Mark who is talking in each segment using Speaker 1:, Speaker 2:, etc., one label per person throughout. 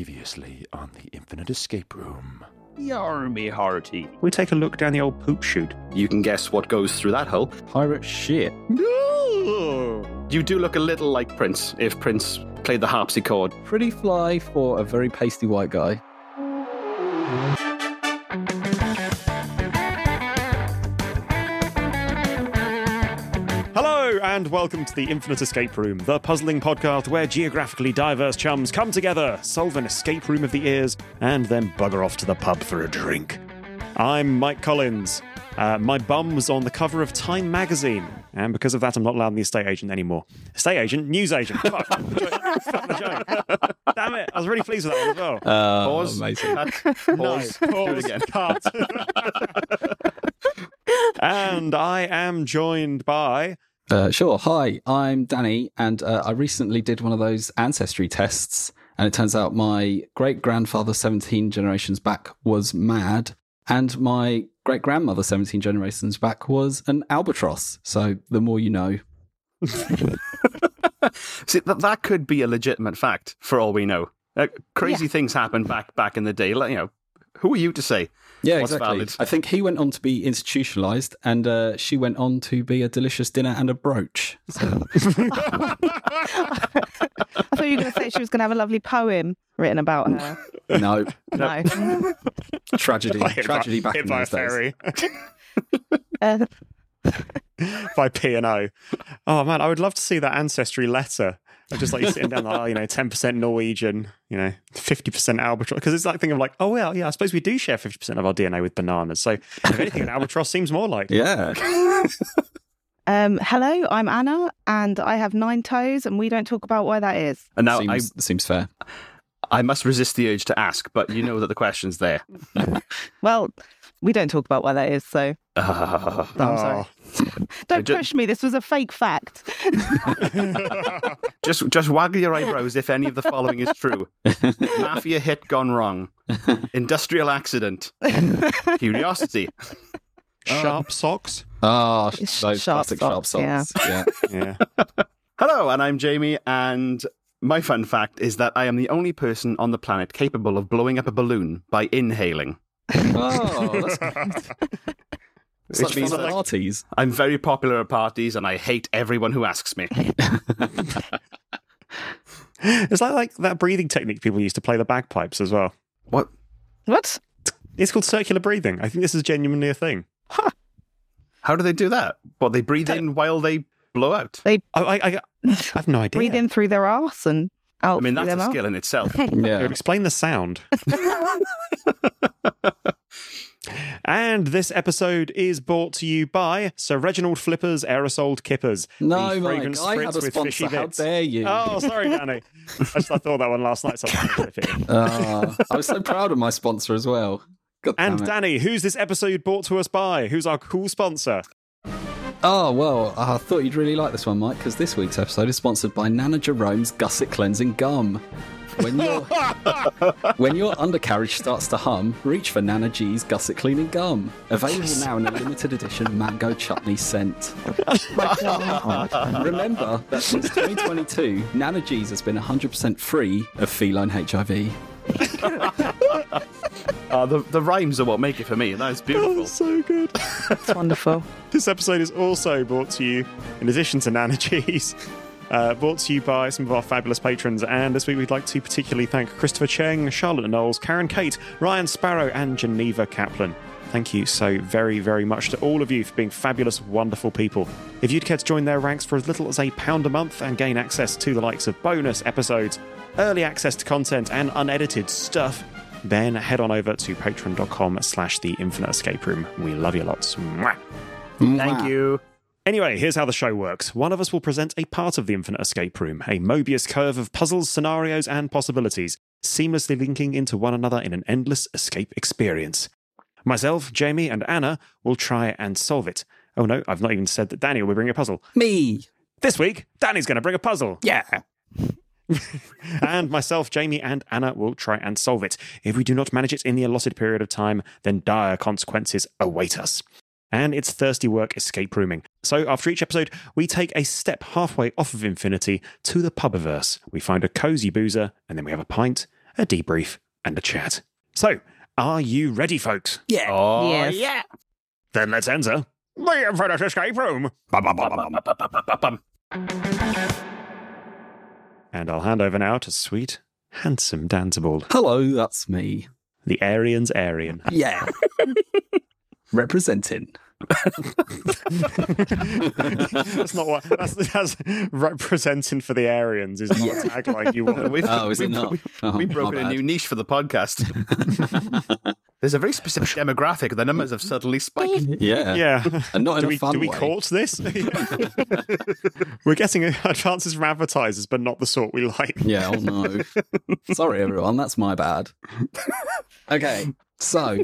Speaker 1: Previously on the Infinite Escape Room.
Speaker 2: Yarmy hearty.
Speaker 3: We take a look down the old poop chute.
Speaker 4: You can guess what goes through that hole.
Speaker 5: Pirate shit.
Speaker 4: You do look a little like Prince, if Prince played the harpsichord.
Speaker 5: Pretty fly for a very pasty white guy.
Speaker 3: Hello, and welcome to the Infinite Escape Room, the puzzling podcast where geographically diverse chums come together, solve an escape room of the ears, and then bugger off to the pub for a drink. I'm Mike Collins. Uh, my bum was on the cover of Time magazine, and because of that, I'm not allowed in the estate agent anymore. Estate agent, news agent. Fuck, fuck the joke. Damn it! I was really pleased with that one as well.
Speaker 5: Uh,
Speaker 4: Pause.
Speaker 5: amazing.
Speaker 4: That's- pause. Do it again.
Speaker 3: and I am joined by.
Speaker 5: Uh, sure. Hi, I'm Danny, and uh, I recently did one of those ancestry tests, and it turns out my great grandfather, 17 generations back, was mad, and my great grandmother, 17 generations back, was an albatross. So the more you know.
Speaker 4: See, that, that could be a legitimate fact for all we know. Uh, crazy things happened back back in the day. Like, you know, who are you to say?
Speaker 5: Yeah,
Speaker 4: What's
Speaker 5: exactly.
Speaker 4: valid?
Speaker 5: I think he went on to be institutionalized, and uh, she went on to be a delicious dinner and a brooch. So,
Speaker 6: I thought you were going to say she was going to have a lovely poem written about her.
Speaker 5: no,
Speaker 6: No.
Speaker 5: tragedy, tragedy back in
Speaker 3: hit by a
Speaker 5: those days.
Speaker 3: ferry.
Speaker 6: Uh,
Speaker 3: by P and O. Oh man, I would love to see that ancestry letter. I'm just like you're sitting down, like, oh, you know, ten percent Norwegian, you know, fifty percent albatross. Because it's that thing of like, oh well, yeah, I suppose we do share fifty percent of our DNA with bananas. So if anything, an albatross seems more like.
Speaker 5: Yeah.
Speaker 6: um, hello, I'm Anna, and I have nine toes, and we don't talk about why that is.
Speaker 4: And now
Speaker 5: seems, seems fair.
Speaker 4: I, I must resist the urge to ask, but you know that the question's there.
Speaker 6: Well, we don't talk about why that is, so
Speaker 4: Ah.
Speaker 6: no, I'm
Speaker 3: Oh,
Speaker 6: sorry. Don't
Speaker 4: ju-
Speaker 6: push me. This was a fake fact.
Speaker 4: just just waggle your eyebrows if any of the following is true: mafia hit gone wrong, industrial accident, curiosity.
Speaker 3: Sharp socks.
Speaker 5: Ah,
Speaker 6: It's
Speaker 5: sh- those
Speaker 6: sharp
Speaker 5: classic
Speaker 6: socks,
Speaker 5: sharp socks. Yeah.
Speaker 3: Yeah.
Speaker 4: Hello, and I'm Jamie, and my fun fact is that I am the only person on the planet capable of blowing up a balloon by inhaling.
Speaker 5: oh, that's
Speaker 4: Which
Speaker 5: such
Speaker 4: means
Speaker 5: fun
Speaker 4: that
Speaker 5: parties.
Speaker 4: I'm very popular at parties and I hate everyone who asks me.
Speaker 3: It's like like that breathing technique people used to play the bagpipes as well.
Speaker 4: What?
Speaker 6: What?
Speaker 3: It's called circular breathing. I think this is genuinely a thing.
Speaker 4: How do they do that? Well, they breathe in while they blow out.
Speaker 3: I I, I, I have no idea.
Speaker 6: Breathe in through their arse and out
Speaker 4: I mean, that's
Speaker 6: through their
Speaker 4: a
Speaker 6: mouth.
Speaker 4: skill in itself.
Speaker 5: Yeah.
Speaker 3: Explain the sound. and this episode is brought to you by Sir Reginald Flipper's Aerosol Kippers.
Speaker 5: No,
Speaker 3: the
Speaker 5: Mike,
Speaker 3: fragrance
Speaker 5: I
Speaker 3: spritz
Speaker 5: have a
Speaker 3: with
Speaker 5: sponsor.
Speaker 3: fishy
Speaker 5: How
Speaker 3: bits.
Speaker 5: dare you?
Speaker 3: Oh, sorry, Danny. I just I thought that one last night. So I had to flip it in.
Speaker 5: Ah, I was so proud of my sponsor as well. God
Speaker 3: and
Speaker 5: damn it.
Speaker 3: Danny, who's this episode brought to us by? Who's our cool sponsor?
Speaker 5: oh, well, I thought you'd really like this one, Mike, because this week's episode is sponsored by Nana Jerome's Gusset Cleansing Gum. When your, when your undercarriage starts to hum, reach for Nana G's Gusset Cleaning Gum. Available now in a limited edition mango chutney scent. Remember that since 2022, Nana G's has been 100% free of feline HIV.
Speaker 4: Uh, the, the rhymes are what make it for me. That is beautiful.
Speaker 3: so good.
Speaker 6: That's wonderful.
Speaker 3: This episode is also brought to you, in addition to Nana Cheese, uh, brought to you by some of our fabulous patrons. And this week we'd like to particularly thank Christopher Cheng, Charlotte Knowles, Karen Kate, Ryan Sparrow, and Geneva Kaplan. Thank you so very, very much to all of you for being fabulous, wonderful people. If you'd care to join their ranks for as little as a pound a month and gain access to the likes of bonus episodes, early access to content, and unedited stuff, then head on over to patreon.com slash the infinite escape room. We love you lots. Mwah.
Speaker 4: Thank you.
Speaker 3: Anyway, here's how the show works. One of us will present a part of the Infinite Escape Room, a Mobius curve of puzzles, scenarios, and possibilities, seamlessly linking into one another in an endless escape experience. Myself, Jamie, and Anna will try and solve it. Oh no, I've not even said that Daniel will bring a puzzle.
Speaker 5: Me.
Speaker 3: This week, Danny's going to bring a puzzle.
Speaker 5: Yeah.
Speaker 3: and myself, Jamie, and Anna will try and solve it. If we do not manage it in the allotted period of time, then dire consequences await us. And it's thirsty work escape rooming. So after each episode, we take a step halfway off of infinity to the pubiverse. We find a cozy boozer, and then we have a pint, a debrief, and a chat. So, are you ready, folks?
Speaker 5: Yeah.
Speaker 4: Oh,
Speaker 6: Yes.
Speaker 4: yeah.
Speaker 3: Then let's enter the Infinite Escape Room.
Speaker 4: Bum, bum, bum, bum, bum, bum, bum, bum.
Speaker 3: And I'll hand over now to sweet, handsome Danzibald,
Speaker 5: Hello, that's me.
Speaker 3: the Aryan's Aryan.
Speaker 5: Yeah. Representing.
Speaker 3: that's not what. That's, that's representing for the Aryans is not a tagline you want.
Speaker 4: We've,
Speaker 5: Oh, is it
Speaker 4: we've-
Speaker 5: not?
Speaker 4: we've-
Speaker 5: Oh,
Speaker 4: We've
Speaker 5: my
Speaker 4: broken a
Speaker 5: bad.
Speaker 4: new niche for the podcast. There's a very specific demographic. The numbers have suddenly spiked.
Speaker 5: Yeah.
Speaker 3: Yeah.
Speaker 5: And not in
Speaker 3: do
Speaker 5: a
Speaker 3: we,
Speaker 5: fun
Speaker 3: do we
Speaker 5: way.
Speaker 3: court this? We're getting advances from advertisers, but not the sort we like.
Speaker 5: Yeah, oh no. Sorry, everyone. That's my bad. Okay, so.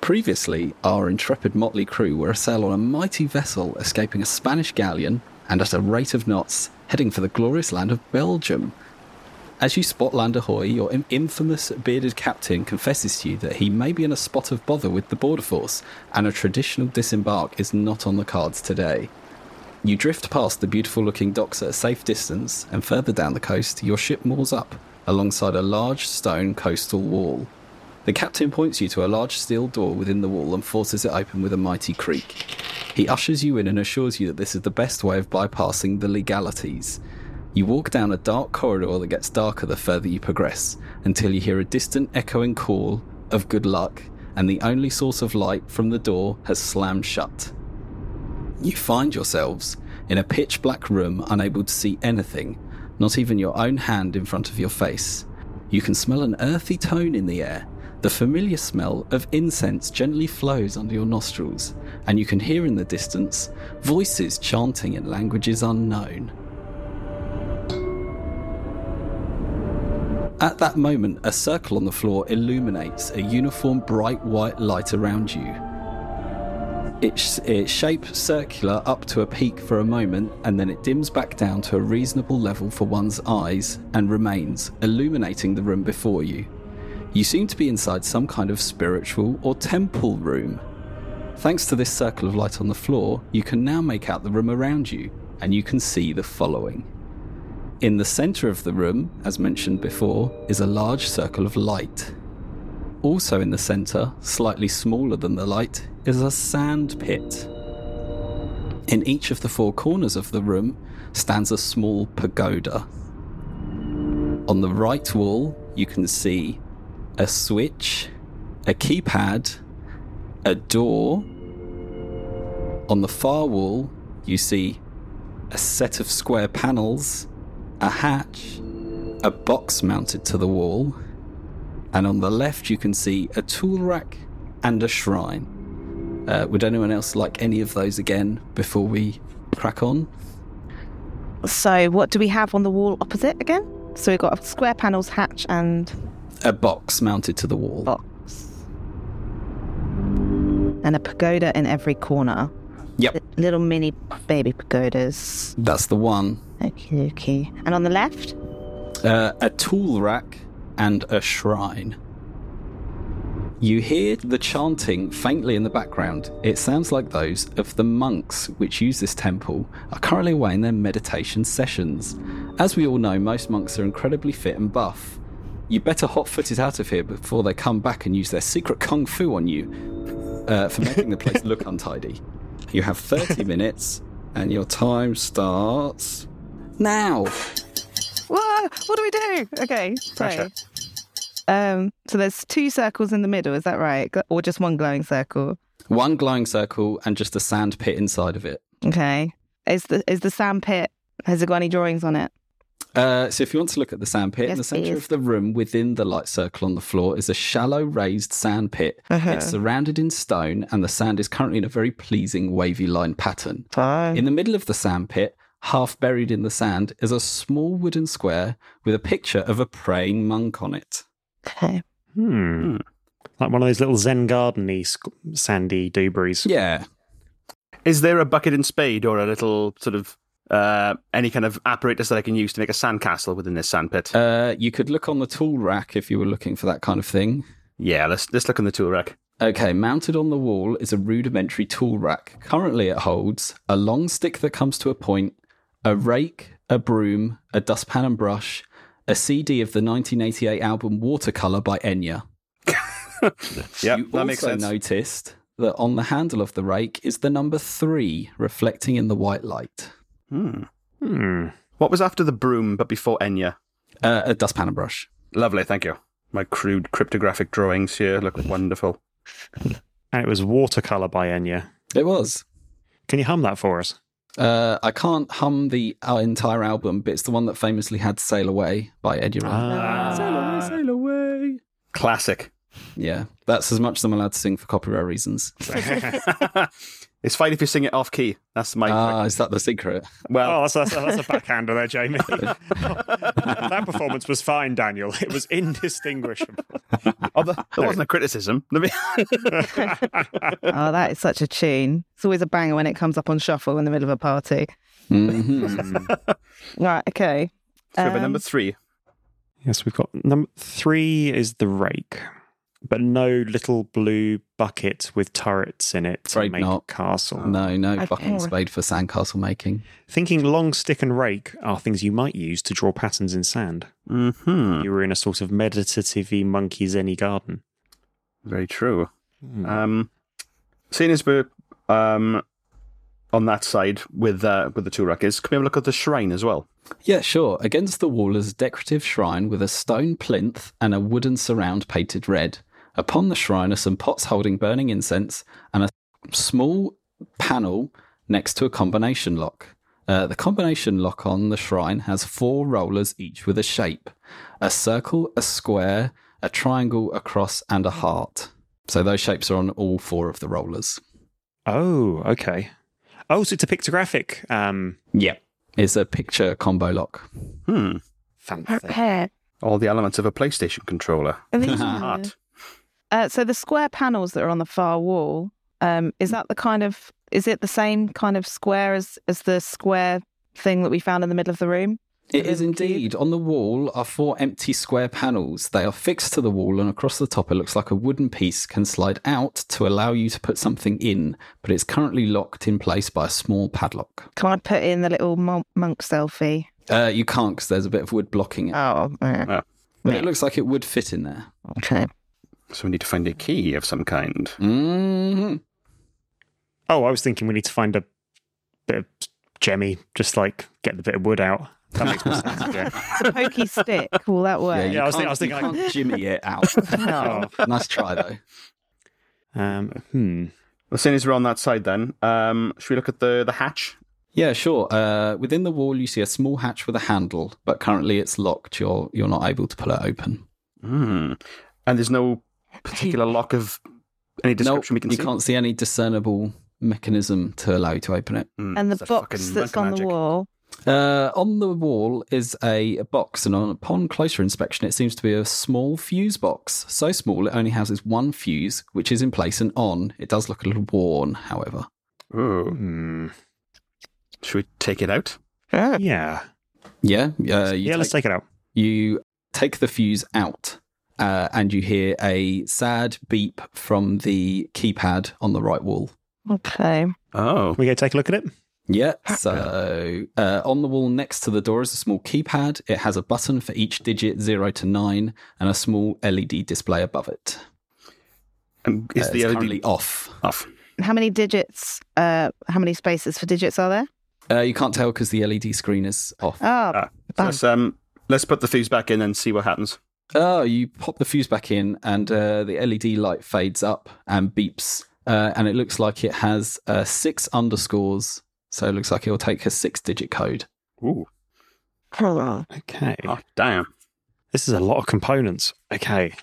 Speaker 5: Previously, our intrepid motley crew were assailed on a mighty vessel escaping a Spanish galleon and at a rate of knots heading for the glorious land of Belgium. As you spot land ahoy, your im- infamous bearded captain confesses to you that he may be in a spot of bother with the border force, and a traditional disembark is not on the cards today. You drift past the beautiful looking docks at a safe distance, and further down the coast, your ship moors up alongside a large stone coastal wall. The captain points you to a large steel door within the wall and forces it open with a mighty creak. He ushers you in and assures you that this is the best way of bypassing the legalities. You walk down a dark corridor that gets darker the further you progress until you hear a distant echoing call of good luck, and the only source of light from the door has slammed shut. You find yourselves in a pitch black room, unable to see anything, not even your own hand in front of your face. You can smell an earthy tone in the air. The familiar smell of incense gently flows under your nostrils, and you can hear in the distance voices chanting in languages unknown. At that moment, a circle on the floor illuminates a uniform bright white light around you. Its, its shape circular up to a peak for a moment and then it dims back down to a reasonable level for one's eyes and remains, illuminating the room before you. You seem to be inside some kind of spiritual or temple room. Thanks to this circle of light on the floor, you can now make out the room around you and you can see the following. In the centre of the room, as mentioned before, is a large circle of light. Also in the centre, slightly smaller than the light, is a sand pit. In each of the four corners of the room stands a small pagoda. On the right wall, you can see a switch, a keypad, a door. On the far wall, you see a set of square panels, a hatch, a box mounted to the wall, and on the left you can see a tool rack and a shrine. Uh, would anyone else like any of those again before we crack on?
Speaker 6: So, what do we have on the wall opposite again? So, we've got a square panels, hatch, and
Speaker 5: A box mounted to the wall.
Speaker 6: box. And a pagoda in every corner.
Speaker 5: Yep,
Speaker 6: Little mini baby pagodas.
Speaker 5: that's the one.
Speaker 6: Okay, okay. And on the left?
Speaker 5: Uh, a tool rack and a shrine. You hear the chanting faintly in the background. It sounds like those of the monks which use this temple are currently away in their meditation sessions. As we all know, most monks are incredibly fit and buff. You better hot foot it out of here before they come back and use their secret kung fu on you uh, for making the place look untidy. You have 30 minutes and your time starts now.
Speaker 6: Whoa, what do we do? Okay, so. Um, so there's two circles in the middle, is that right? Gl- Or just one glowing circle?
Speaker 5: One glowing circle and just a sand pit inside of it.
Speaker 6: Okay. Is the is the sand pit? Has it got any drawings on it?
Speaker 5: Uh, so if you want to look at the sand pit, in the
Speaker 6: Yes,
Speaker 5: centre
Speaker 6: please.
Speaker 5: of the room within the light circle on the floor is a shallow raised sand pit.
Speaker 6: Uh-huh.
Speaker 5: It's surrounded in stone and the sand is currently in a very pleasing wavy line pattern.
Speaker 6: Fine.
Speaker 5: In the middle of the sand pit, half buried in the sand, is a small wooden square with a picture of a praying monk on it.
Speaker 6: Okay.
Speaker 3: Hmm.
Speaker 4: Hmm.
Speaker 3: Like one of those little Zen garden-y sc- sandy debris.
Speaker 5: Yeah.
Speaker 4: Is there a bucket and spade or a little sort of uh, any kind of apparatus that I can use to make a sandcastle within this sandpit?
Speaker 5: Uh, you could look on the tool rack if you were looking for that kind of thing.
Speaker 4: yeah, let's let's look in the tool rack.
Speaker 5: Okay, mounted on the wall is a rudimentary tool rack. Currently, it holds a long stick that comes to a point, a rake, a broom, a dustpan and brush, a CD of the 1988 album Watercolor by Enya.
Speaker 4: Yeah,
Speaker 5: you
Speaker 4: that makes
Speaker 5: also
Speaker 4: sense.
Speaker 5: noticed that on the handle of the rake is the number three reflecting in the white light.
Speaker 3: Hmm.
Speaker 4: What was after the broom but before Enya?
Speaker 5: Uh, a dustpan and brush.
Speaker 4: Lovely, thank you. My crude cryptographic drawings here look wonderful.
Speaker 3: And it was Watercolor by Enya.
Speaker 5: It was.
Speaker 3: Can you hum that for us?
Speaker 5: Uh, I can't hum the uh, entire album, but it's the one that famously had "Sail Away" by Ed
Speaker 4: Uh.
Speaker 5: Sheeran.
Speaker 3: Ah.
Speaker 5: sail away.
Speaker 4: Classic.
Speaker 5: Yeah, that's as much as I'm allowed to sing for copyright reasons.
Speaker 4: It's fine if you sing it off key. That's my
Speaker 5: Ah, is that the secret?
Speaker 4: well.
Speaker 3: Oh, that's, that's, that's a backhander there, Jamie. that performance was fine, Daniel. It was indistinguishable.
Speaker 4: although that wasn't a criticism. Let me-
Speaker 6: Oh, that is such a tune. It's always a banger when it comes up on shuffle in the middle of a party.
Speaker 5: Mhm.
Speaker 6: Right, okay.
Speaker 4: So we have a
Speaker 6: Um,
Speaker 4: number three.
Speaker 3: Yes, we've got number three is the rake, but no little blue bucket with turrets in it to
Speaker 5: Afraid
Speaker 3: make
Speaker 5: not.
Speaker 3: castle.
Speaker 5: no, no,
Speaker 6: Okay.
Speaker 5: bucket and spade for sandcastle making.
Speaker 3: Thinking long stick and rake are things you might use to draw patterns in sand.
Speaker 4: Mm-hmm.
Speaker 3: You were in a sort of meditative monkey's any garden.
Speaker 4: Very true.
Speaker 5: Hmm.
Speaker 4: Um, seeing as we're um, on that side with uh, with the two rackets, can we have a look at the shrine as well?
Speaker 5: Yeah, sure. Against the wall is a decorative shrine with a stone plinth and a wooden surround painted red. Upon the shrine are some pots holding burning incense and a small panel next to a combination lock. Uh, the combination lock on the shrine has four rollers, each with a shape a circle, a square, a triangle, a cross, and a heart. So those shapes are on all four of the rollers.
Speaker 3: Oh, okay. Oh, so it's a pictographic. Um,
Speaker 5: Yep. It's a picture combo lock.
Speaker 4: Hmm.
Speaker 3: fancy.
Speaker 6: Prepare.
Speaker 4: All the elements of a PlayStation controller.
Speaker 6: uh,
Speaker 4: Art.
Speaker 6: so the square panels that are on the far wall, um, is that the kind of is it the same kind of square as as the square thing that we found in the middle of the room?
Speaker 5: It is
Speaker 6: Little cube.
Speaker 5: indeed. On the wall are four empty square panels. They are fixed to the wall, and across the top, it looks like a wooden piece can slide out to allow you to put something in, but it's currently locked in place by a small padlock.
Speaker 6: Can I put in the little mon- monk selfie?
Speaker 5: Uh, you can't because there's a bit of wood blocking it,
Speaker 6: Oh, eh,
Speaker 5: but it looks like it would fit in there.
Speaker 6: okay.
Speaker 4: So we need to find a key of some kind.
Speaker 5: hmm
Speaker 3: Oh, I was thinking we need to find a bit of jemmy, just like get the bit of wood out. That makes more sense. Yeah.
Speaker 6: It's a pokey stick. Will that work?
Speaker 3: Yeah, I was think- I was
Speaker 5: you
Speaker 3: thinking Oh.
Speaker 5: can't jimmy it out.
Speaker 6: No.
Speaker 5: nice try though.
Speaker 3: Um, hmm.
Speaker 4: Well, seeing as we're on that side, then um, should we look at the the hatch?
Speaker 5: Yeah, sure. Uh, within the wall, you see a small hatch with a handle, but currently it's locked. You're you're not able to pull it open.
Speaker 4: Hmm. And there's no particular lock of any description we can
Speaker 5: you
Speaker 4: see.
Speaker 5: can't see any discernible mechanism to allow you to open it.
Speaker 4: Hmm,
Speaker 6: And
Speaker 4: it's
Speaker 6: the
Speaker 4: a
Speaker 6: box
Speaker 4: fucking
Speaker 6: that's
Speaker 4: monk
Speaker 6: on
Speaker 4: magic.
Speaker 6: the wall.
Speaker 5: Uh, on the wall is a, a box, and on, upon closer inspection, it seems to be a small fuse box. So small, it only houses one fuse, which is in place and on. It does look a little worn, however.
Speaker 4: Ooh.
Speaker 3: Hmm.
Speaker 4: Should we take it out?
Speaker 3: Yeah.
Speaker 5: Yeah, uh, you,
Speaker 3: yeah,
Speaker 5: take,
Speaker 3: let's take it out.
Speaker 5: you take the fuse out, uh, and you hear a sad beep from the keypad on the right wall.
Speaker 6: Okay.
Speaker 4: Oh.
Speaker 3: Can we go take a look at it?
Speaker 5: Yeah. So uh, on the wall next to the door is a small keypad. It has a button for each digit, zero to nine, and a small LED display above it.
Speaker 4: And is
Speaker 5: Uh,
Speaker 4: the E
Speaker 5: it's
Speaker 4: LED
Speaker 5: currently off.
Speaker 4: off?
Speaker 6: How many digits? Uh, how many spaces for digits are there?
Speaker 5: Uh, you can't tell because the LED screen is off.
Speaker 6: Oh,
Speaker 4: Ah,
Speaker 6: bang.
Speaker 4: Let's um, let's put the fuse back in and see what happens.
Speaker 5: Oh, you pop the fuse back in, and uh, the LED light fades up and beeps, uh, and it looks like it has uh, six underscores. So it looks like it will take a six-digit code.
Speaker 4: Ooh.
Speaker 6: hold on.
Speaker 3: Okay.
Speaker 5: Uh-huh.
Speaker 4: Oh, damn.
Speaker 3: This is a lot of components. Okay.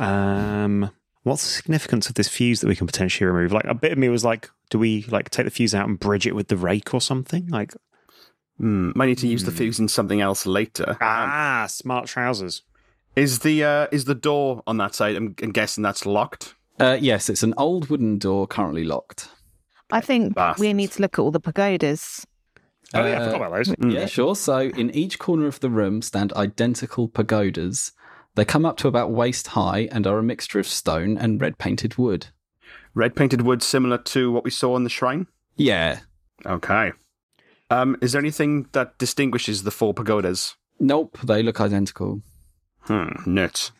Speaker 3: Um, what's the significance of this fuse that we can potentially remove? Like, a bit of me was like, do we like take the fuse out and bridge it with the rake or something? Like,
Speaker 4: Hmm. Might need to use the fuse in something else later.
Speaker 5: Um,
Speaker 3: ah, smart trousers.
Speaker 4: Is the uh, is the door on that side? I'm, I'm guessing that's locked.
Speaker 5: Uh, yes, it's an old wooden door currently locked.
Speaker 6: I think we
Speaker 4: bastards.
Speaker 6: need to look at all the pagodas.
Speaker 3: Oh yeah, I
Speaker 5: Uh,
Speaker 3: forgot about those.
Speaker 5: Yeah, sure. So in each corner of the room stand identical pagodas. They come up to about waist high and are a mixture of stone and red painted wood.
Speaker 4: Red painted wood, similar to what we saw in the shrine.
Speaker 5: Yeah.
Speaker 4: Okay. Um, is there anything that distinguishes the four pagodas?
Speaker 5: Nope, they look identical.
Speaker 4: Hmm, nerds.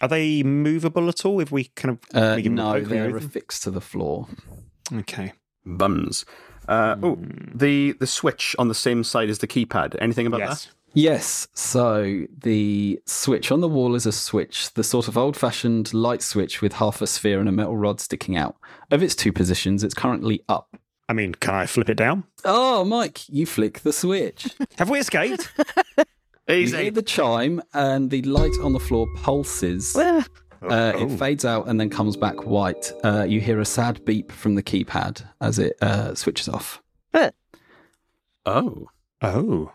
Speaker 3: Are they movable at all? If we kind of
Speaker 5: Uh,
Speaker 3: we give them a
Speaker 5: no,
Speaker 3: poke and
Speaker 5: they're
Speaker 3: everything?
Speaker 5: affixed to the floor.
Speaker 3: okay.
Speaker 4: Bums. Uh, oh, the the switch on the same side as the keypad. Anything about
Speaker 3: Yes.
Speaker 5: Yes, so the switch on the wall is a switch, the sort of old fashioned light switch with half a sphere and a metal rod sticking out. Of its two positions, it's currently up.
Speaker 3: I mean, can I flip it down?
Speaker 5: Oh, Mike, you flick the switch.
Speaker 3: Have we escaped?
Speaker 4: that?
Speaker 5: you hear the chime, and the light on the floor pulses.
Speaker 6: Ugh.
Speaker 5: Uh, it fades out and then comes back white. Uh, you hear a sad beep from the keypad as it uh, switches off.
Speaker 6: Ugh.
Speaker 4: Oh.
Speaker 3: oh.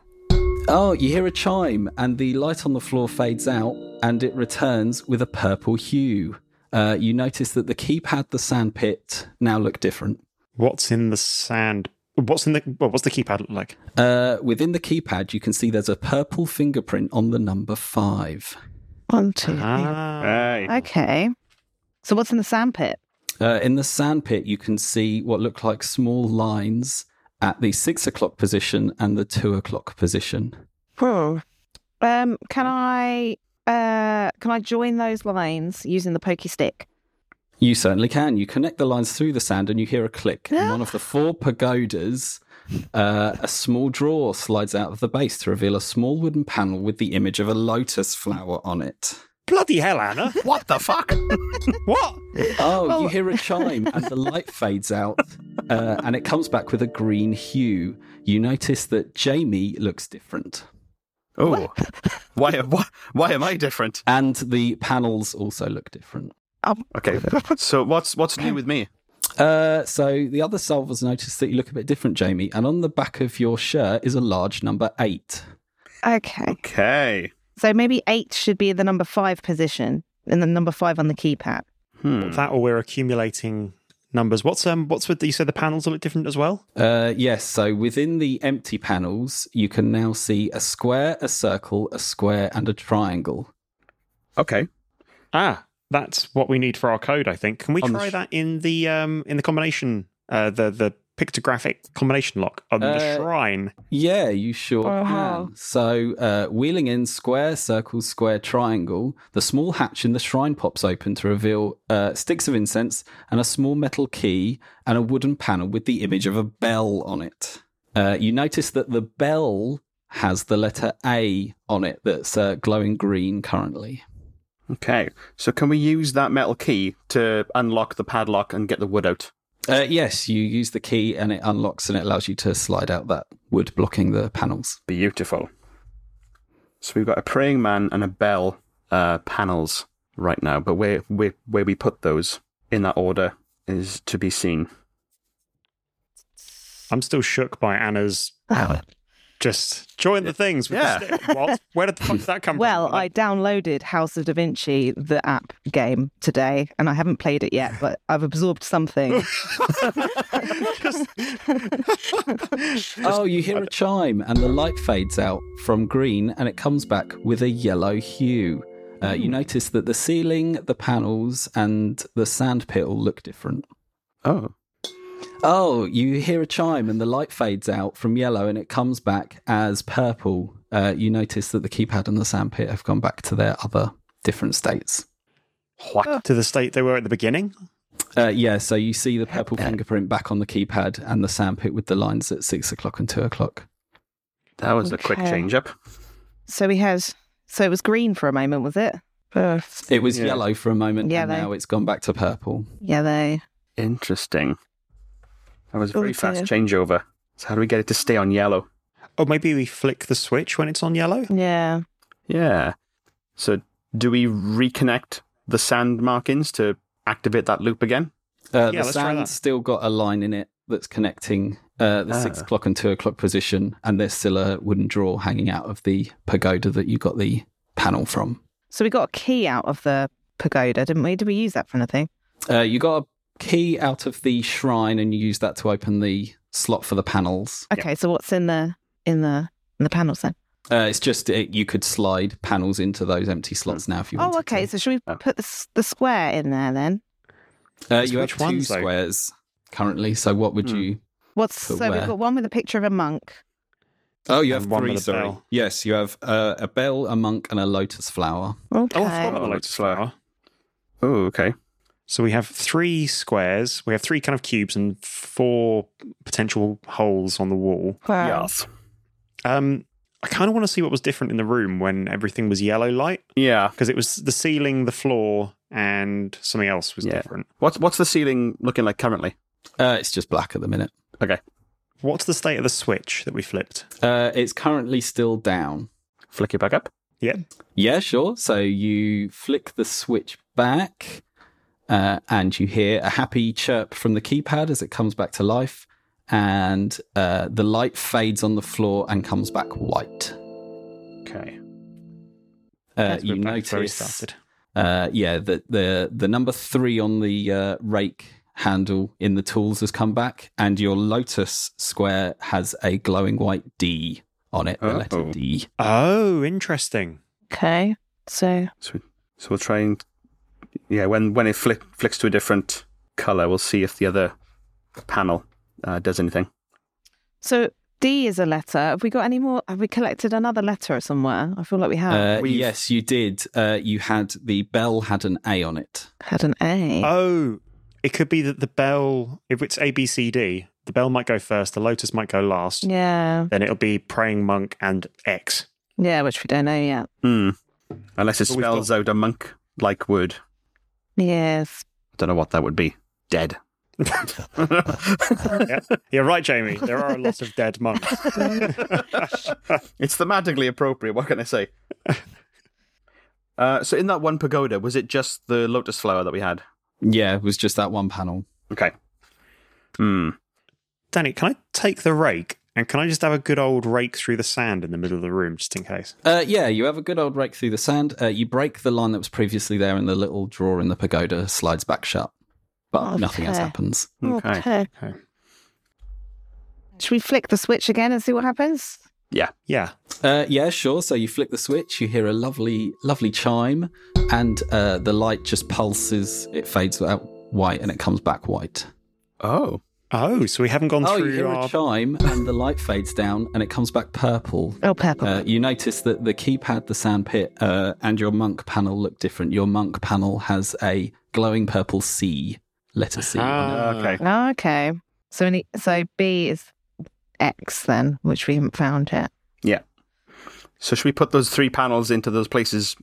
Speaker 5: Oh, you hear a chime, and the light on the floor fades out and it returns with a purple hue. Uh, you notice that the keypad, the sandpit, now look different.
Speaker 3: What's in the sand? What's in the well, what's the keypad look like?
Speaker 5: Uh, within the keypad, you can see there's a purple fingerprint on the number five.
Speaker 6: One, two. three.
Speaker 3: Ah,
Speaker 4: Hey.
Speaker 6: Okay. So what's in the sandpit?
Speaker 5: Uh, in the sandpit, you can see what look like small lines at the six o'clock position and the two o'clock position.
Speaker 6: Um, can I uh, can I join those lines using the pokey stick?
Speaker 5: You certainly can. You connect the lines through the sand and you hear a click. And one of the four pagodas, uh, a small drawer slides out of the base to reveal a small wooden panel with the image of a lotus flower on it.
Speaker 3: bloody hell, Anna!
Speaker 4: What the fuck?
Speaker 3: what?
Speaker 5: Oh, you hear a chime and the light fades out uh, and it comes back with a green hue. You notice that Jamie looks different.
Speaker 4: Oh. why, why why am I different?
Speaker 5: And the panels also look different.
Speaker 4: Okay. So what's what's new with me?
Speaker 5: Uh, so the other solvers notice that you look a bit different, Jamie. And on the back of your shirt is a large number eight.
Speaker 6: Okay.
Speaker 4: Okay.
Speaker 6: So maybe eight should be the number five position, and the number five on the keypad.
Speaker 4: Hmm.
Speaker 3: That or we're accumulating numbers. What's um what's with the, you said the panels look different as well?
Speaker 5: Uh, yes, so within the empty panels, you can now see a square, a circle, a square, and a triangle.
Speaker 4: Okay.
Speaker 3: Ah, that's what we need for our code, I think. Can we
Speaker 5: On the
Speaker 3: try
Speaker 5: sh-
Speaker 3: that in the um in the combination uh the the pictographic combination lock on
Speaker 5: Uh,
Speaker 3: the shrine?
Speaker 5: Yeah, you sure
Speaker 6: Oh, wow.
Speaker 5: can. So, uh, wheeling in square, circle, square, triangle, the small hatch in the shrine pops open to reveal uh, sticks of incense and a small metal key and a wooden panel with the image of a bell on it. Uh, you notice that the bell has the letter A on it that's uh, glowing green currently.
Speaker 4: Okay. So can we use that metal key to unlock the padlock and get the wood out?
Speaker 5: Uh, yes, you use the key and it unlocks and it allows you to slide out that wood blocking the panels.
Speaker 4: Beautiful. So we've got a praying man and a bell uh, panels right now, but where where where we put those in that order is to be seen.
Speaker 3: I'm still shook by Anna's just join the things with the
Speaker 4: Yeah.
Speaker 3: stick. What? Where did the fuck did that come
Speaker 6: Well,
Speaker 3: from?
Speaker 6: I downloaded House of Da Vinci, the app game today, and I haven't played it yet, but I've absorbed something.
Speaker 5: oh, you hear a chime and the light fades out from green and it comes back with a yellow hue. Uh, you notice that the ceiling, the panels, and the sandpit all look different.
Speaker 4: Oh.
Speaker 5: Oh, you hear a chime and the light fades out from yellow and it comes back as purple. Uh, you notice that the keypad and the sandpit have gone back to their other different states.
Speaker 3: what to the state they were at the beginning?
Speaker 5: Uh, yeah, so you see the purple fingerprint back on the keypad and the sandpit with the lines at six o'clock and two o'clock.
Speaker 4: That was a quick
Speaker 6: Okay.
Speaker 4: change up.
Speaker 6: so we had, so it was green for a moment, was it? Uh,
Speaker 5: It was
Speaker 4: Yeah.
Speaker 5: yellow for a moment, and
Speaker 6: Yellow.
Speaker 5: now it's gone back to purple.
Speaker 6: yeah, they.
Speaker 4: Interesting. That was a very
Speaker 6: Oh,
Speaker 4: fast
Speaker 6: dear.
Speaker 4: changeover. So how do we get it to stay on yellow?
Speaker 3: Oh, maybe we flick the switch when it's on yellow.
Speaker 6: Yeah.
Speaker 4: Yeah. So do we reconnect the sand markings to activate that loop again?
Speaker 3: Yeah,
Speaker 5: Uh, the
Speaker 3: let's try that.
Speaker 5: sand's still got a line in it that's connecting uh, the six
Speaker 4: Ah.
Speaker 5: o'clock and two o'clock position, and there's still a wooden drawer hanging out of the pagoda that you got the panel from.
Speaker 6: So we got a key out of the pagoda, didn't we? Did we use that for anything?
Speaker 5: Uh, you got a key out of the shrine, and you use that to open the slot for the panels.
Speaker 6: Okay, so what's in the in the in the panels then?
Speaker 5: Uh, it's just it, you could slide panels into those empty slots
Speaker 3: Hmm.
Speaker 5: now if you want.
Speaker 6: Oh, okay. So should we
Speaker 4: Oh.
Speaker 6: put the, s- the square in there then?
Speaker 5: Uh,
Speaker 3: It's
Speaker 5: you have
Speaker 3: which
Speaker 5: two
Speaker 3: ones, though?
Speaker 5: squares currently. So what would
Speaker 4: Hmm.
Speaker 5: you?
Speaker 6: What's
Speaker 5: For
Speaker 6: so
Speaker 5: where?
Speaker 6: we've got one with a picture of a monk.
Speaker 5: Oh, you have
Speaker 3: And one
Speaker 5: three.
Speaker 3: with a
Speaker 5: Sorry.
Speaker 3: bell.
Speaker 5: Yes, you have uh, a bell, a monk, and a lotus flower.
Speaker 6: Okay.
Speaker 3: Oh, I forgot about the lotus
Speaker 4: Flower.
Speaker 3: flower.
Speaker 4: Oh, okay.
Speaker 3: So we have three squares. We have three kind of cubes and four potential holes on the wall.
Speaker 6: Wow.
Speaker 4: Yes.
Speaker 3: Um, I kind of want to see what was different in the room when everything was yellow light
Speaker 4: Yeah.
Speaker 3: because it was the ceiling, the floor, and something else was
Speaker 4: Yeah.
Speaker 3: different.
Speaker 4: What's what's the ceiling looking like currently?
Speaker 5: Uh, it's just black at the minute.
Speaker 4: Okay.
Speaker 3: What's the state of the switch that we flipped?
Speaker 5: Uh, it's currently still down.
Speaker 4: Flick it back up.
Speaker 3: Yep.
Speaker 5: Yeah, sure. So you flick the switch back, uh, and you hear a happy chirp from the keypad as it comes back to life, and uh, the light fades on the floor and comes back white.
Speaker 4: Okay.
Speaker 5: Uh,
Speaker 3: That's
Speaker 5: you
Speaker 3: back to where we
Speaker 5: notice,
Speaker 3: started.
Speaker 5: uh, yeah, the, the the number three on the uh, rake handle in the tools has come back, and your lotus square has a glowing white D on it, the letter
Speaker 4: Uh-oh.
Speaker 5: D.
Speaker 6: Uh,
Speaker 3: Oh, interesting.
Speaker 6: Okay. So
Speaker 4: So so we'll try and yeah when when it flick, flicks to a different color, we'll see if the other panel uh, does anything.
Speaker 6: so D is a letter. Have we got any more? Have we collected another letter somewhere? I feel like we have
Speaker 5: Uh,
Speaker 4: We've-
Speaker 5: yes, you did. Uh, you had the bell had an A on it.
Speaker 6: had an A.
Speaker 3: Oh, it could be that the bell, if it's A, B, C, D, the bell might go first, the lotus might go last.
Speaker 6: yeah.
Speaker 3: Then it'll be praying monk and X.
Speaker 6: Yeah, which we don't know yet.
Speaker 4: Hmm. Unless it
Speaker 3: But we've got-
Speaker 4: spells out a monk like word.
Speaker 6: Yes.
Speaker 4: I don't know what that would be. Dead.
Speaker 3: yeah. You're right, Jamie. There are a lot of dead monks.
Speaker 4: It's thematically appropriate. What can I say? uh, so, in that one pagoda, was it just the lotus flower that we had?
Speaker 5: Yeah, it was just that one panel.
Speaker 4: Okay. Hmm.
Speaker 3: Danny, can I take the rake and can I just have a good old rake through the sand in the middle of the room just in case?
Speaker 5: Uh, yeah, you have a good old rake through the sand. Uh, you break the line that was previously there, and the little drawer in the pagoda slides back shut. But
Speaker 6: Oh,
Speaker 5: nothing else
Speaker 6: fair.
Speaker 5: happens.
Speaker 4: Okay.
Speaker 3: Okay.
Speaker 6: Should we flick the switch again and see what happens?
Speaker 3: Yeah.
Speaker 5: Uh, yeah, sure. So you flick the switch, you hear a lovely, lovely chime, and uh, the light just pulses. It fades out white and it comes back white.
Speaker 4: Oh.
Speaker 3: Oh, so we haven't gone
Speaker 5: Oh, you
Speaker 3: through
Speaker 5: hear
Speaker 3: our.
Speaker 5: a chime, and the light fades down and it comes back purple.
Speaker 6: Oh, purple.
Speaker 5: Uh, you notice that the keypad, the sandpit, uh, and your monk panel look different. Your monk panel has a glowing purple C, letter C. on it.
Speaker 3: Ah.
Speaker 4: Uh, Okay.
Speaker 6: Oh, okay. So any, so B is X then, which we haven't found yet.
Speaker 4: So, should we put those three panels into those places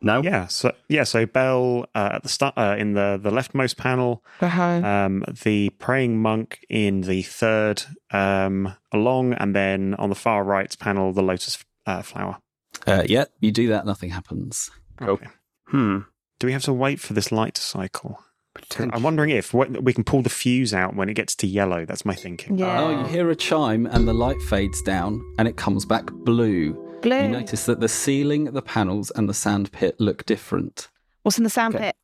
Speaker 4: now?
Speaker 3: Yeah. So yeah. So bell uh, at the start uh, in the the leftmost panel.
Speaker 6: Uh-huh.
Speaker 3: Um, the praying monk in the third um, along, and then on the far right panel, the lotus uh, flower.
Speaker 5: Uh, yeah, you do that, nothing happens.
Speaker 4: Cool. Hmm.
Speaker 3: Do we have to wait for this light to cycle? I'm wondering if what, we can pull the fuse out when it gets to yellow. That's my thinking.
Speaker 6: Yeah.
Speaker 5: Oh, you hear a chime, and the light fades down, and it comes back blue.
Speaker 6: Blue.
Speaker 5: You notice that the ceiling, the panels, and the sandpit look different.
Speaker 6: What's in the sandpit?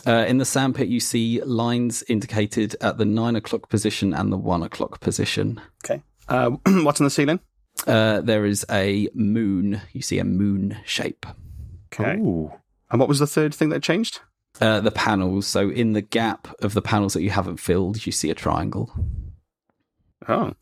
Speaker 5: Okay. Uh, in the sandpit, you see lines indicated at the nine o'clock position and the one o'clock position.
Speaker 4: Okay. Uh, what's on the ceiling?
Speaker 5: Uh, there is a moon. You see a moon shape.
Speaker 4: Okay.
Speaker 3: Ooh.
Speaker 4: And what was the third thing that changed?
Speaker 5: uh, the panels. So in the gap of the panels that you haven't filled, you see a triangle.
Speaker 4: Oh.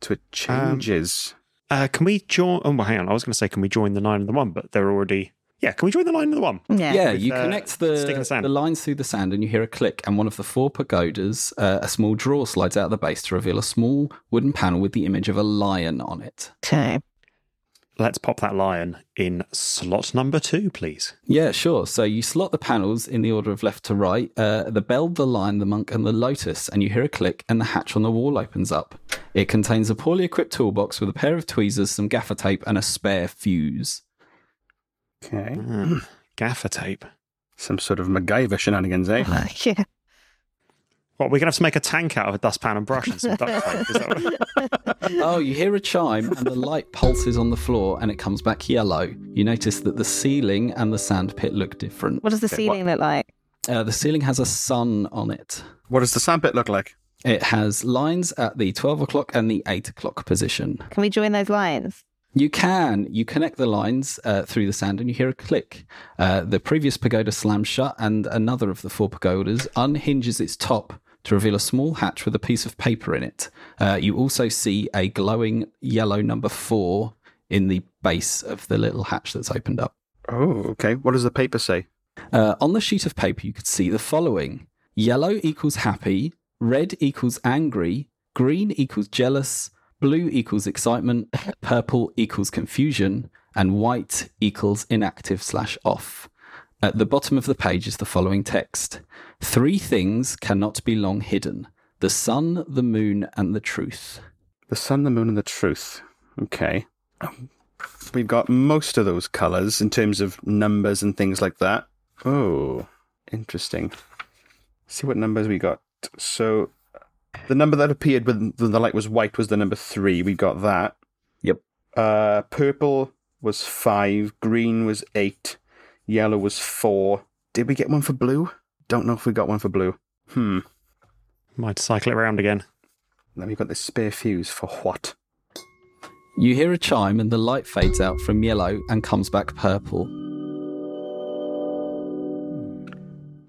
Speaker 4: So it changes.
Speaker 3: Uh, can we join? Oh, well, hang on. I was going to say, can we join the nine and the one? But they're already. Yeah, can we join the nine and the one?
Speaker 6: Yeah.
Speaker 5: yeah, you
Speaker 3: uh,
Speaker 5: connect the,
Speaker 3: stick in the
Speaker 5: the,
Speaker 3: sand.
Speaker 5: lines through the sand and you hear a click, and one of the four pagodas, uh, a small drawer slides out of the base to reveal a small wooden panel with the image of a lion on it.
Speaker 6: Okay.
Speaker 3: Let's pop that lion in slot number two, please.
Speaker 5: Yeah, sure. So you slot the panels in the order of left to right uh, the bell, the lion, the monk, and the lotus, and you hear a click, and the hatch on the wall opens up. It contains a poorly equipped toolbox with a pair of tweezers, some gaffer tape, and a spare fuse.
Speaker 4: Okay.
Speaker 3: Mm. Gaffer tape.
Speaker 4: Some sort of MacGyver shenanigans, eh?
Speaker 6: yeah.
Speaker 3: What, we're going to have to make a tank out of a dustpan and brush and some duct tape. Is that what...
Speaker 5: Oh, you hear a chime and the light pulses on the floor and it comes back yellow. You notice that the ceiling and the sand pit look different.
Speaker 6: What does the ceiling look like?
Speaker 5: Uh, the ceiling has a sun on it.
Speaker 4: What does the sandpit look like?
Speaker 5: It has lines at the 12 o'clock and the 8 o'clock position.
Speaker 6: Can we join those lines?
Speaker 5: You can. You connect the lines uh, through the sand and you hear a click. Uh, the previous pagoda slams shut and another of the four pagodas unhinges its top to reveal a small hatch with a piece of paper in it. Uh, you also see a glowing yellow number four in the base of the little hatch that's opened up.
Speaker 4: Oh, okay. What does the paper say?
Speaker 5: Uh, on the sheet of paper, you could see the following yellow equals happy, red equals angry, green equals jealous, blue equals excitement, purple equals confusion, and white equals inactive slash off. At the bottom of the page is the following text Three things cannot be long hidden the sun, the moon, and the truth.
Speaker 4: The sun, the moon, and the truth. Okay. We've got most of those colours in terms of numbers and things like that. Oh, interesting. see what numbers we got. So, the number that appeared when the light was white was the number three. We got that.
Speaker 5: Yep.
Speaker 4: Uh, purple was five. Green was eight. Yellow was four. Did we get one for blue? Don't know if we got one for blue. Hmm.
Speaker 3: Might cycle it around again.
Speaker 4: Then we've got this spare fuse for what?
Speaker 5: You hear a chime, and the light fades out from yellow and comes back purple.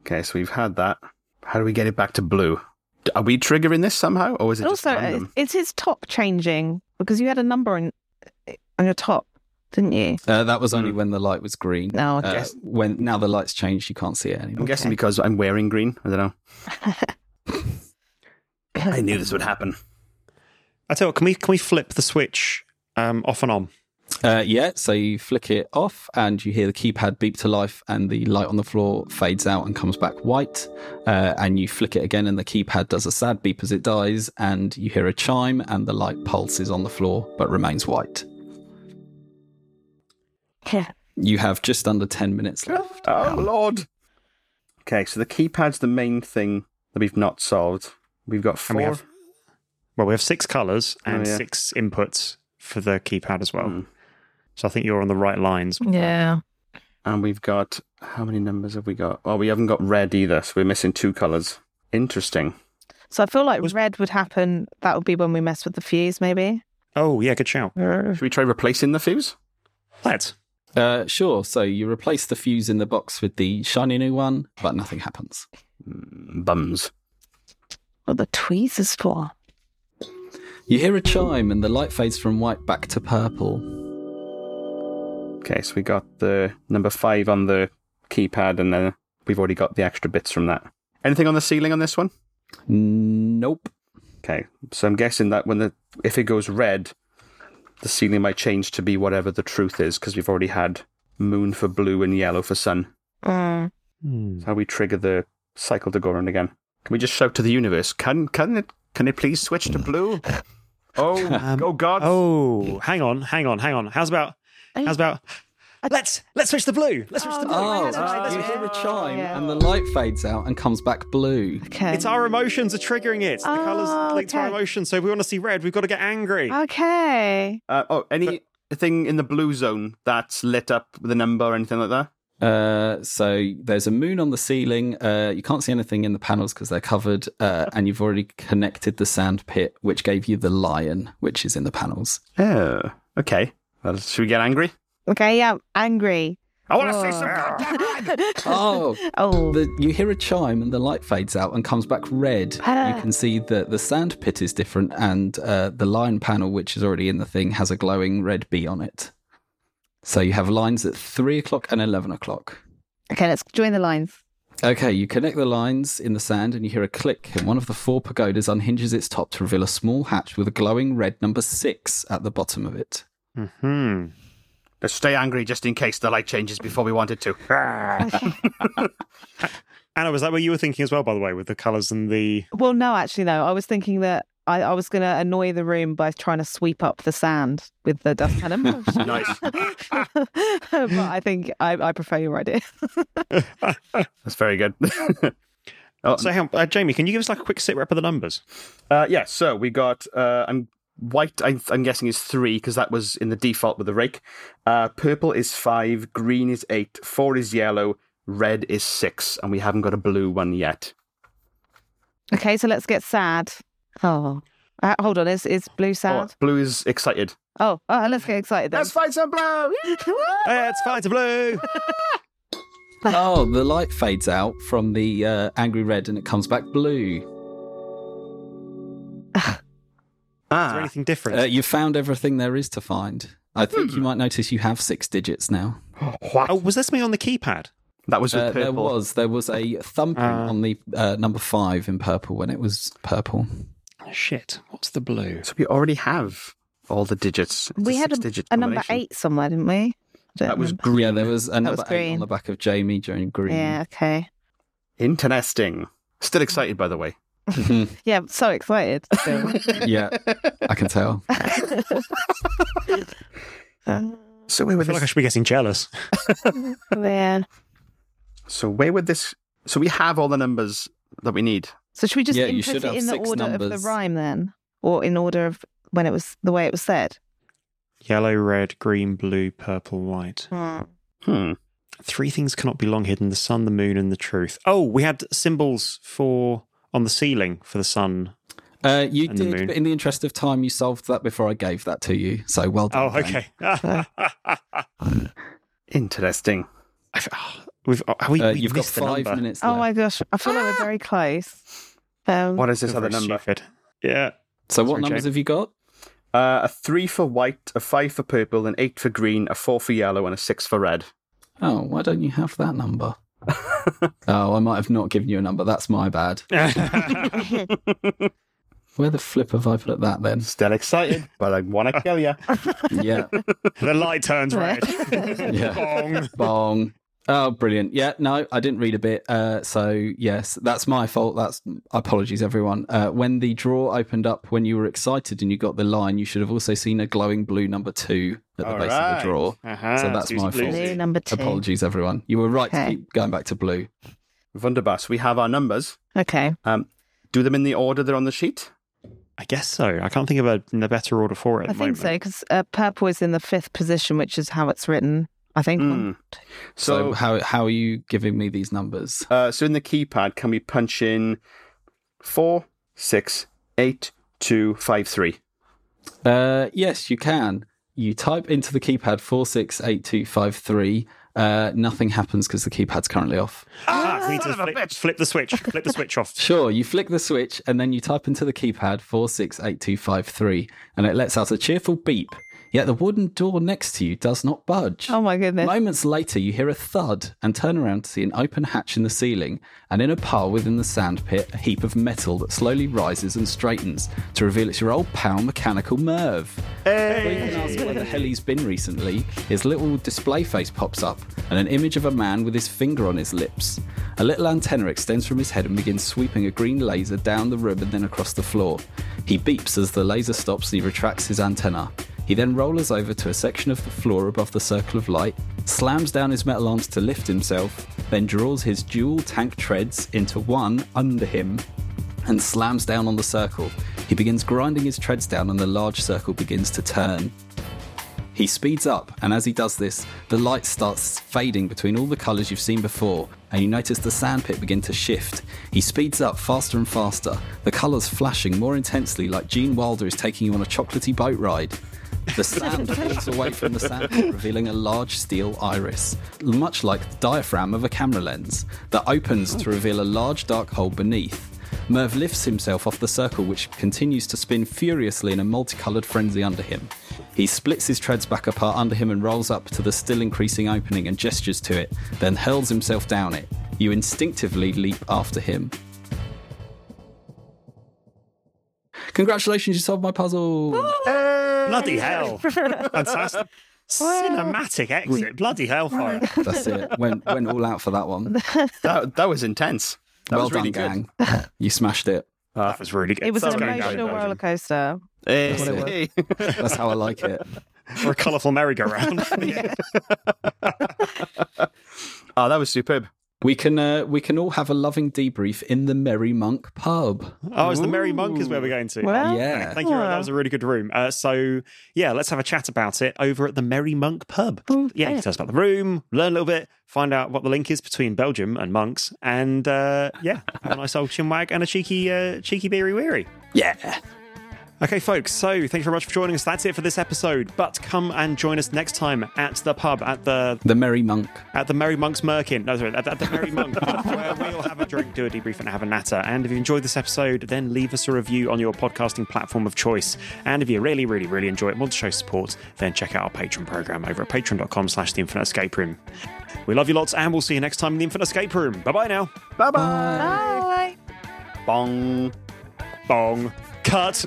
Speaker 4: Okay, so we've had that. How do we get it back to blue? D- Are we triggering this somehow, or is it
Speaker 6: And
Speaker 4: just
Speaker 6: also,
Speaker 4: random?
Speaker 6: it's his top changing because you had a number on, on your top, didn't you?
Speaker 5: Uh, that was only when the light was green.
Speaker 6: No, I
Speaker 5: Uh,
Speaker 6: guess-
Speaker 5: when now the light's changed, you can't see it
Speaker 4: I'm
Speaker 5: anymore.
Speaker 4: guessing because I'm wearing green. I don't know. I knew this would happen.
Speaker 3: I tell you what, can we can we flip the switch um, off and on?
Speaker 5: Uh, yeah, so you flick it off, and you hear the keypad beep to life, and the light on the floor fades out and comes back white. Uh, and you flick it again, and the keypad does a sad beep as it dies, and you hear a chime, and the light pulses on the floor but remains white.
Speaker 6: Yeah.
Speaker 5: You have just under ten minutes left.
Speaker 4: Oh lord. Okay, so the keypad's the main thing that we've not solved. We've got four.
Speaker 3: And we have- Well, we have six colours and
Speaker 4: Oh, yeah. Hmm.
Speaker 3: six inputs for the keypad as well. So I think you're on the right lines.
Speaker 6: Yeah.
Speaker 4: And we've got how many numbers have we got? Oh, we haven't got red either, so we're missing two colours. Interesting.
Speaker 6: So I feel like red would happen. That would be when we mess with the fuse, maybe.
Speaker 3: Oh yeah, good shout.
Speaker 4: Should we try replacing the fuse?
Speaker 3: Let's.
Speaker 5: Uh, sure. So you replace the fuse in the box with the shiny new one, but nothing happens.
Speaker 4: Bums.
Speaker 6: What the tweezers for?
Speaker 5: You hear a chime, and the light fades from white back to purple.
Speaker 4: Okay, so we got the number five on the keypad, and then we've already got the extra bits from that. Anything on the ceiling on this one?
Speaker 5: Nope.
Speaker 4: Okay, so I'm guessing that when the if it goes red, the ceiling might change to be whatever the truth is because we've already had moon for blue and yellow for sun.
Speaker 6: Mm.
Speaker 4: How we trigger the cycle to go around again? Can we just shout to the universe? Can can it can it please switch to blue? Oh oh God!
Speaker 3: Oh, hang on, hang on, hang on. How's about
Speaker 6: Hey.
Speaker 3: how's about let's let's switch the blue. Let's switch
Speaker 6: Oh,
Speaker 3: the blue.
Speaker 6: no, I
Speaker 5: Oh,
Speaker 6: had an
Speaker 5: you
Speaker 6: idea.
Speaker 5: hear a chime
Speaker 6: Yeah.
Speaker 5: and the light fades out and comes back blue.
Speaker 6: Okay.
Speaker 3: It's our emotions are triggering it. The colours
Speaker 6: Oh,
Speaker 3: linked to our
Speaker 6: okay. Oh.
Speaker 3: emotions. So if we want to see red, we've got to get angry.
Speaker 6: Okay.
Speaker 4: Uh, oh, anything in the blue zone that's lit up with a number or anything like that?
Speaker 5: Uh, so there's a moon on the ceiling. Uh, you can't see anything in the panels because they're covered, uh, and you've already connected the sand pit, which gave you the lion, which is in the panels.
Speaker 4: Oh, okay. Well, should we get angry?
Speaker 6: Okay. Yeah. Angry.
Speaker 4: I want to
Speaker 6: Oh.
Speaker 4: see some goddamn red.
Speaker 5: Oh,
Speaker 6: Oh.
Speaker 5: the, you hear a chime and the light fades out and comes back red.
Speaker 6: Ah.
Speaker 5: You can see that the sand pit is different, and uh, the lion panel, which is already in the thing, has a glowing red bee on it. So you have lines at three o'clock and eleven o'clock.
Speaker 6: Okay. Let's join the lines.
Speaker 5: Okay, you connect the lines in the sand and you hear a click, and one of the four pagodas unhinges its top to reveal a small hatch with a glowing red number six at the bottom of it.
Speaker 3: Hmm.
Speaker 4: Let's stay angry just in case the light changes before we want it to.
Speaker 3: Anna, was that what you were thinking as well, by the way, with the colours and the
Speaker 6: Well, no, actually, no. I was thinking that I, I was going to annoy the room by trying to sweep up the sand with the dust cannon.
Speaker 4: Nice.
Speaker 6: but I think I, I prefer your idea.
Speaker 4: That's very good. oh,
Speaker 3: So hang on, uh, Jamie, can you give us like a quick sit rep of the numbers?
Speaker 4: uh, yeah, so we got uh, I'm white. I'm, I'm guessing is three because that was in the default with the rake. Uh, purple is five. Green is eight. Four is yellow. Red is six, and we haven't got a blue one yet.
Speaker 6: Okay, so let's get sad. Oh, Uh, hold on. Is is blue
Speaker 4: Oh,
Speaker 6: sad?
Speaker 4: blue is excited.
Speaker 6: Oh, oh, let's get excited then.
Speaker 4: Let's find some blue.
Speaker 3: Hey, it's fine to blue.
Speaker 5: oh, the light fades out from the uh, angry red and it comes back blue.
Speaker 3: Is there
Speaker 4: Ah,
Speaker 3: anything different?
Speaker 5: Uh, you found everything there is to find. I think
Speaker 6: Hmm.
Speaker 5: you might notice you have six digits now.
Speaker 3: oh, was this me on the keypad?
Speaker 4: that was with
Speaker 5: Uh,
Speaker 4: purple.
Speaker 5: there was there was a thumbprint on the uh, number five in purple when it was purple.
Speaker 3: Shit. What's the blue?
Speaker 4: So we already have all the digits. It's
Speaker 6: we had a,
Speaker 4: six-digit
Speaker 6: a number
Speaker 4: combination.
Speaker 6: eight somewhere, didn't we? Don't
Speaker 4: That was
Speaker 6: remember.
Speaker 4: green.
Speaker 5: Yeah, there was a
Speaker 6: was
Speaker 5: number eight
Speaker 6: green.
Speaker 5: on the back of Jamie during green.
Speaker 6: yeah. Okay.
Speaker 4: Interesting. Still excited, by the way.
Speaker 6: Yeah. I'm So excited. still.
Speaker 5: yeah, I can tell.
Speaker 4: So where
Speaker 3: I
Speaker 4: would
Speaker 3: feel
Speaker 4: this?
Speaker 3: like I should be getting jealous.
Speaker 6: yeah.
Speaker 4: so where would this? So we have all the numbers that we need.
Speaker 6: So should we just
Speaker 5: Yeah, you
Speaker 6: input
Speaker 5: should
Speaker 6: it
Speaker 5: have
Speaker 6: in the
Speaker 5: six
Speaker 6: order of
Speaker 5: numbers.
Speaker 6: the rhyme then, or in order of when it was the way it was said?
Speaker 3: Yellow, red, green, blue, purple, white.
Speaker 4: Hmm.
Speaker 3: Three things cannot be long hidden the sun, the moon, and the truth. Oh, we had symbols for on the ceiling for the sun.
Speaker 5: Uh, you
Speaker 3: And the moon.
Speaker 5: did, but in the interest of time, you solved that before I gave that to you. So well
Speaker 3: Oh,
Speaker 5: done. Uh, Dan.
Speaker 3: okay.
Speaker 4: Interesting.
Speaker 3: I've- ah, We've, ah, we,
Speaker 5: Uh,
Speaker 3: we
Speaker 5: you've got
Speaker 3: missed the
Speaker 5: five
Speaker 3: number.
Speaker 5: minutes.
Speaker 6: Oh
Speaker 5: left.
Speaker 6: my gosh, I feel like we're very close. Um,
Speaker 4: What is this
Speaker 3: We're
Speaker 4: other
Speaker 3: very
Speaker 4: number?
Speaker 3: stupid. Yeah.
Speaker 5: So what
Speaker 3: Sorry,
Speaker 5: numbers
Speaker 3: Jane.
Speaker 5: have you got?
Speaker 4: Uh, a three for white, a five for purple, an eight for green, a four for yellow, and a six for red.
Speaker 5: Oh, why don't you have that number? oh, I might have not given you a number. That's my bad. Where the flip have I put that then?
Speaker 4: Still excited, but I want to kill you.
Speaker 5: Yeah.
Speaker 3: the light turns red.
Speaker 5: yeah.
Speaker 3: Bong.
Speaker 5: Bong. Oh, brilliant. Yeah, no, I didn't read a bit. Uh, so, yes, that's my fault. That's apologies, everyone. Uh, when the drawer opened up, when you were excited and you got the line, you should have also seen a glowing blue number two at the
Speaker 4: All
Speaker 5: base of
Speaker 4: right.
Speaker 5: the drawer.
Speaker 3: Uh-huh,
Speaker 5: So that's
Speaker 3: Susie
Speaker 5: my
Speaker 3: Blues.
Speaker 5: fault.
Speaker 6: Clue number two.
Speaker 5: Apologies, everyone. You were right
Speaker 6: Okay.
Speaker 5: to keep going back to blue.
Speaker 4: Wunderbar. So we have our numbers.
Speaker 6: Okay.
Speaker 4: Um, do them in the order they're on the sheet.
Speaker 3: I guess so. I can't think of a, a better order for it. At
Speaker 6: I
Speaker 3: the
Speaker 6: think so
Speaker 3: moment.
Speaker 6: because uh, purple is in the fifth position, which is how it's written. I think.
Speaker 4: Hmm. So,
Speaker 5: So, how how are you giving me these numbers?
Speaker 4: uh, so in the keypad, can we punch in four, six, eight, two, five, three?
Speaker 5: Uh, yes, you can. You type into the keypad four six eight two five three. Uh, nothing happens because the keypad's currently off.
Speaker 3: Ah, we need to flip, flip the switch. Flip the switch off.
Speaker 5: Sure, you flick the switch and then you type into the keypad four six eight two five three, and it lets out a cheerful beep. Yet the wooden door next to you does not budge.
Speaker 6: Oh my goodness.
Speaker 5: Moments later, you hear a thud and turn around to see an open hatch in the ceiling, and in a pile within the sand pit, a heap of metal that slowly rises and straightens to reveal it's your old pal, Mechanical Merv. Before you can ask where the hell he's been recently, his little display face pops up, and an image of a man with his finger on his lips. A little antenna extends from his head and begins sweeping a green laser down the room and then across the floor. He beeps as the laser stops and he retracts his antenna. He then rolls over to a section of the floor above the circle of light, slams down his metal arms to lift himself, then draws his dual tank treads into one under him and slams down on the circle. He begins grinding his treads down and the large circle begins to turn. He speeds up, and as he does this, the light starts fading between all the colours you've seen before, and you notice the sandpit begin to shift. He speeds up faster and faster, the colours flashing more intensely like Gene Wilder is taking you on a chocolatey boat ride. The sand falls away from the sandpit, revealing a large steel iris, much like the diaphragm of a camera lens, that opens to reveal a large dark hole beneath. Merv lifts himself off the circle, which continues to spin furiously in a multicoloured frenzy under him. He splits his treads back apart under him and rolls up to the still increasing opening and gestures to it, then hurls himself down it. You instinctively leap after him. Congratulations, you solved my puzzle!
Speaker 3: Bloody hell. Fantastic. Cinematic exit. Bloody hellfire.
Speaker 5: That's it. Went, went all out for that one.
Speaker 4: That that was intense. That
Speaker 5: well
Speaker 4: was really good.
Speaker 5: done, gang. you smashed it.
Speaker 3: Ah, That was really good.
Speaker 6: it was
Speaker 3: That's
Speaker 6: an
Speaker 3: going down.
Speaker 6: emotional roller coaster.
Speaker 4: Hey.
Speaker 5: That's what
Speaker 4: hey.
Speaker 5: That's how I like it.
Speaker 3: Or a colourful merry-go-round.
Speaker 4: oh, that was superb.
Speaker 5: We can uh, we can all have a loving debrief in the Merry Monk pub.
Speaker 3: Oh, it's the Merry Monk is where we're going to.
Speaker 6: Well,
Speaker 5: Yeah.
Speaker 3: Thank you. Aaron. That was a really good room. Uh, so, yeah, let's have a chat about it over at the Merry Monk pub. Yeah, you can tell us about the room, learn a little bit, find out what the link is between Belgium and monks, and uh, yeah, have a nice old chinwag and a cheeky, uh, cheeky beery weary.
Speaker 5: Yeah.
Speaker 3: Okay, folks, so thank you very much for joining us. That's it for this episode. But come and join us next time at the pub, at the
Speaker 5: The Merry Monk.
Speaker 3: at the Merry Monk's Merkin. No, sorry, at, at the Merry Monk, where we'll have a drink, do a debrief, and have a natter. And if you enjoyed this episode, then leave us a review on your podcasting platform of choice. And if you really, really, really enjoy it and want to show support, then check out our Patreon program over at patreon.com slash the infinite escape room. We love you lots, and we'll see you next time in the infinite escape room. Bye-bye now.
Speaker 4: Bye bye.
Speaker 6: Bye.
Speaker 4: Bong.
Speaker 3: Bong. Cut.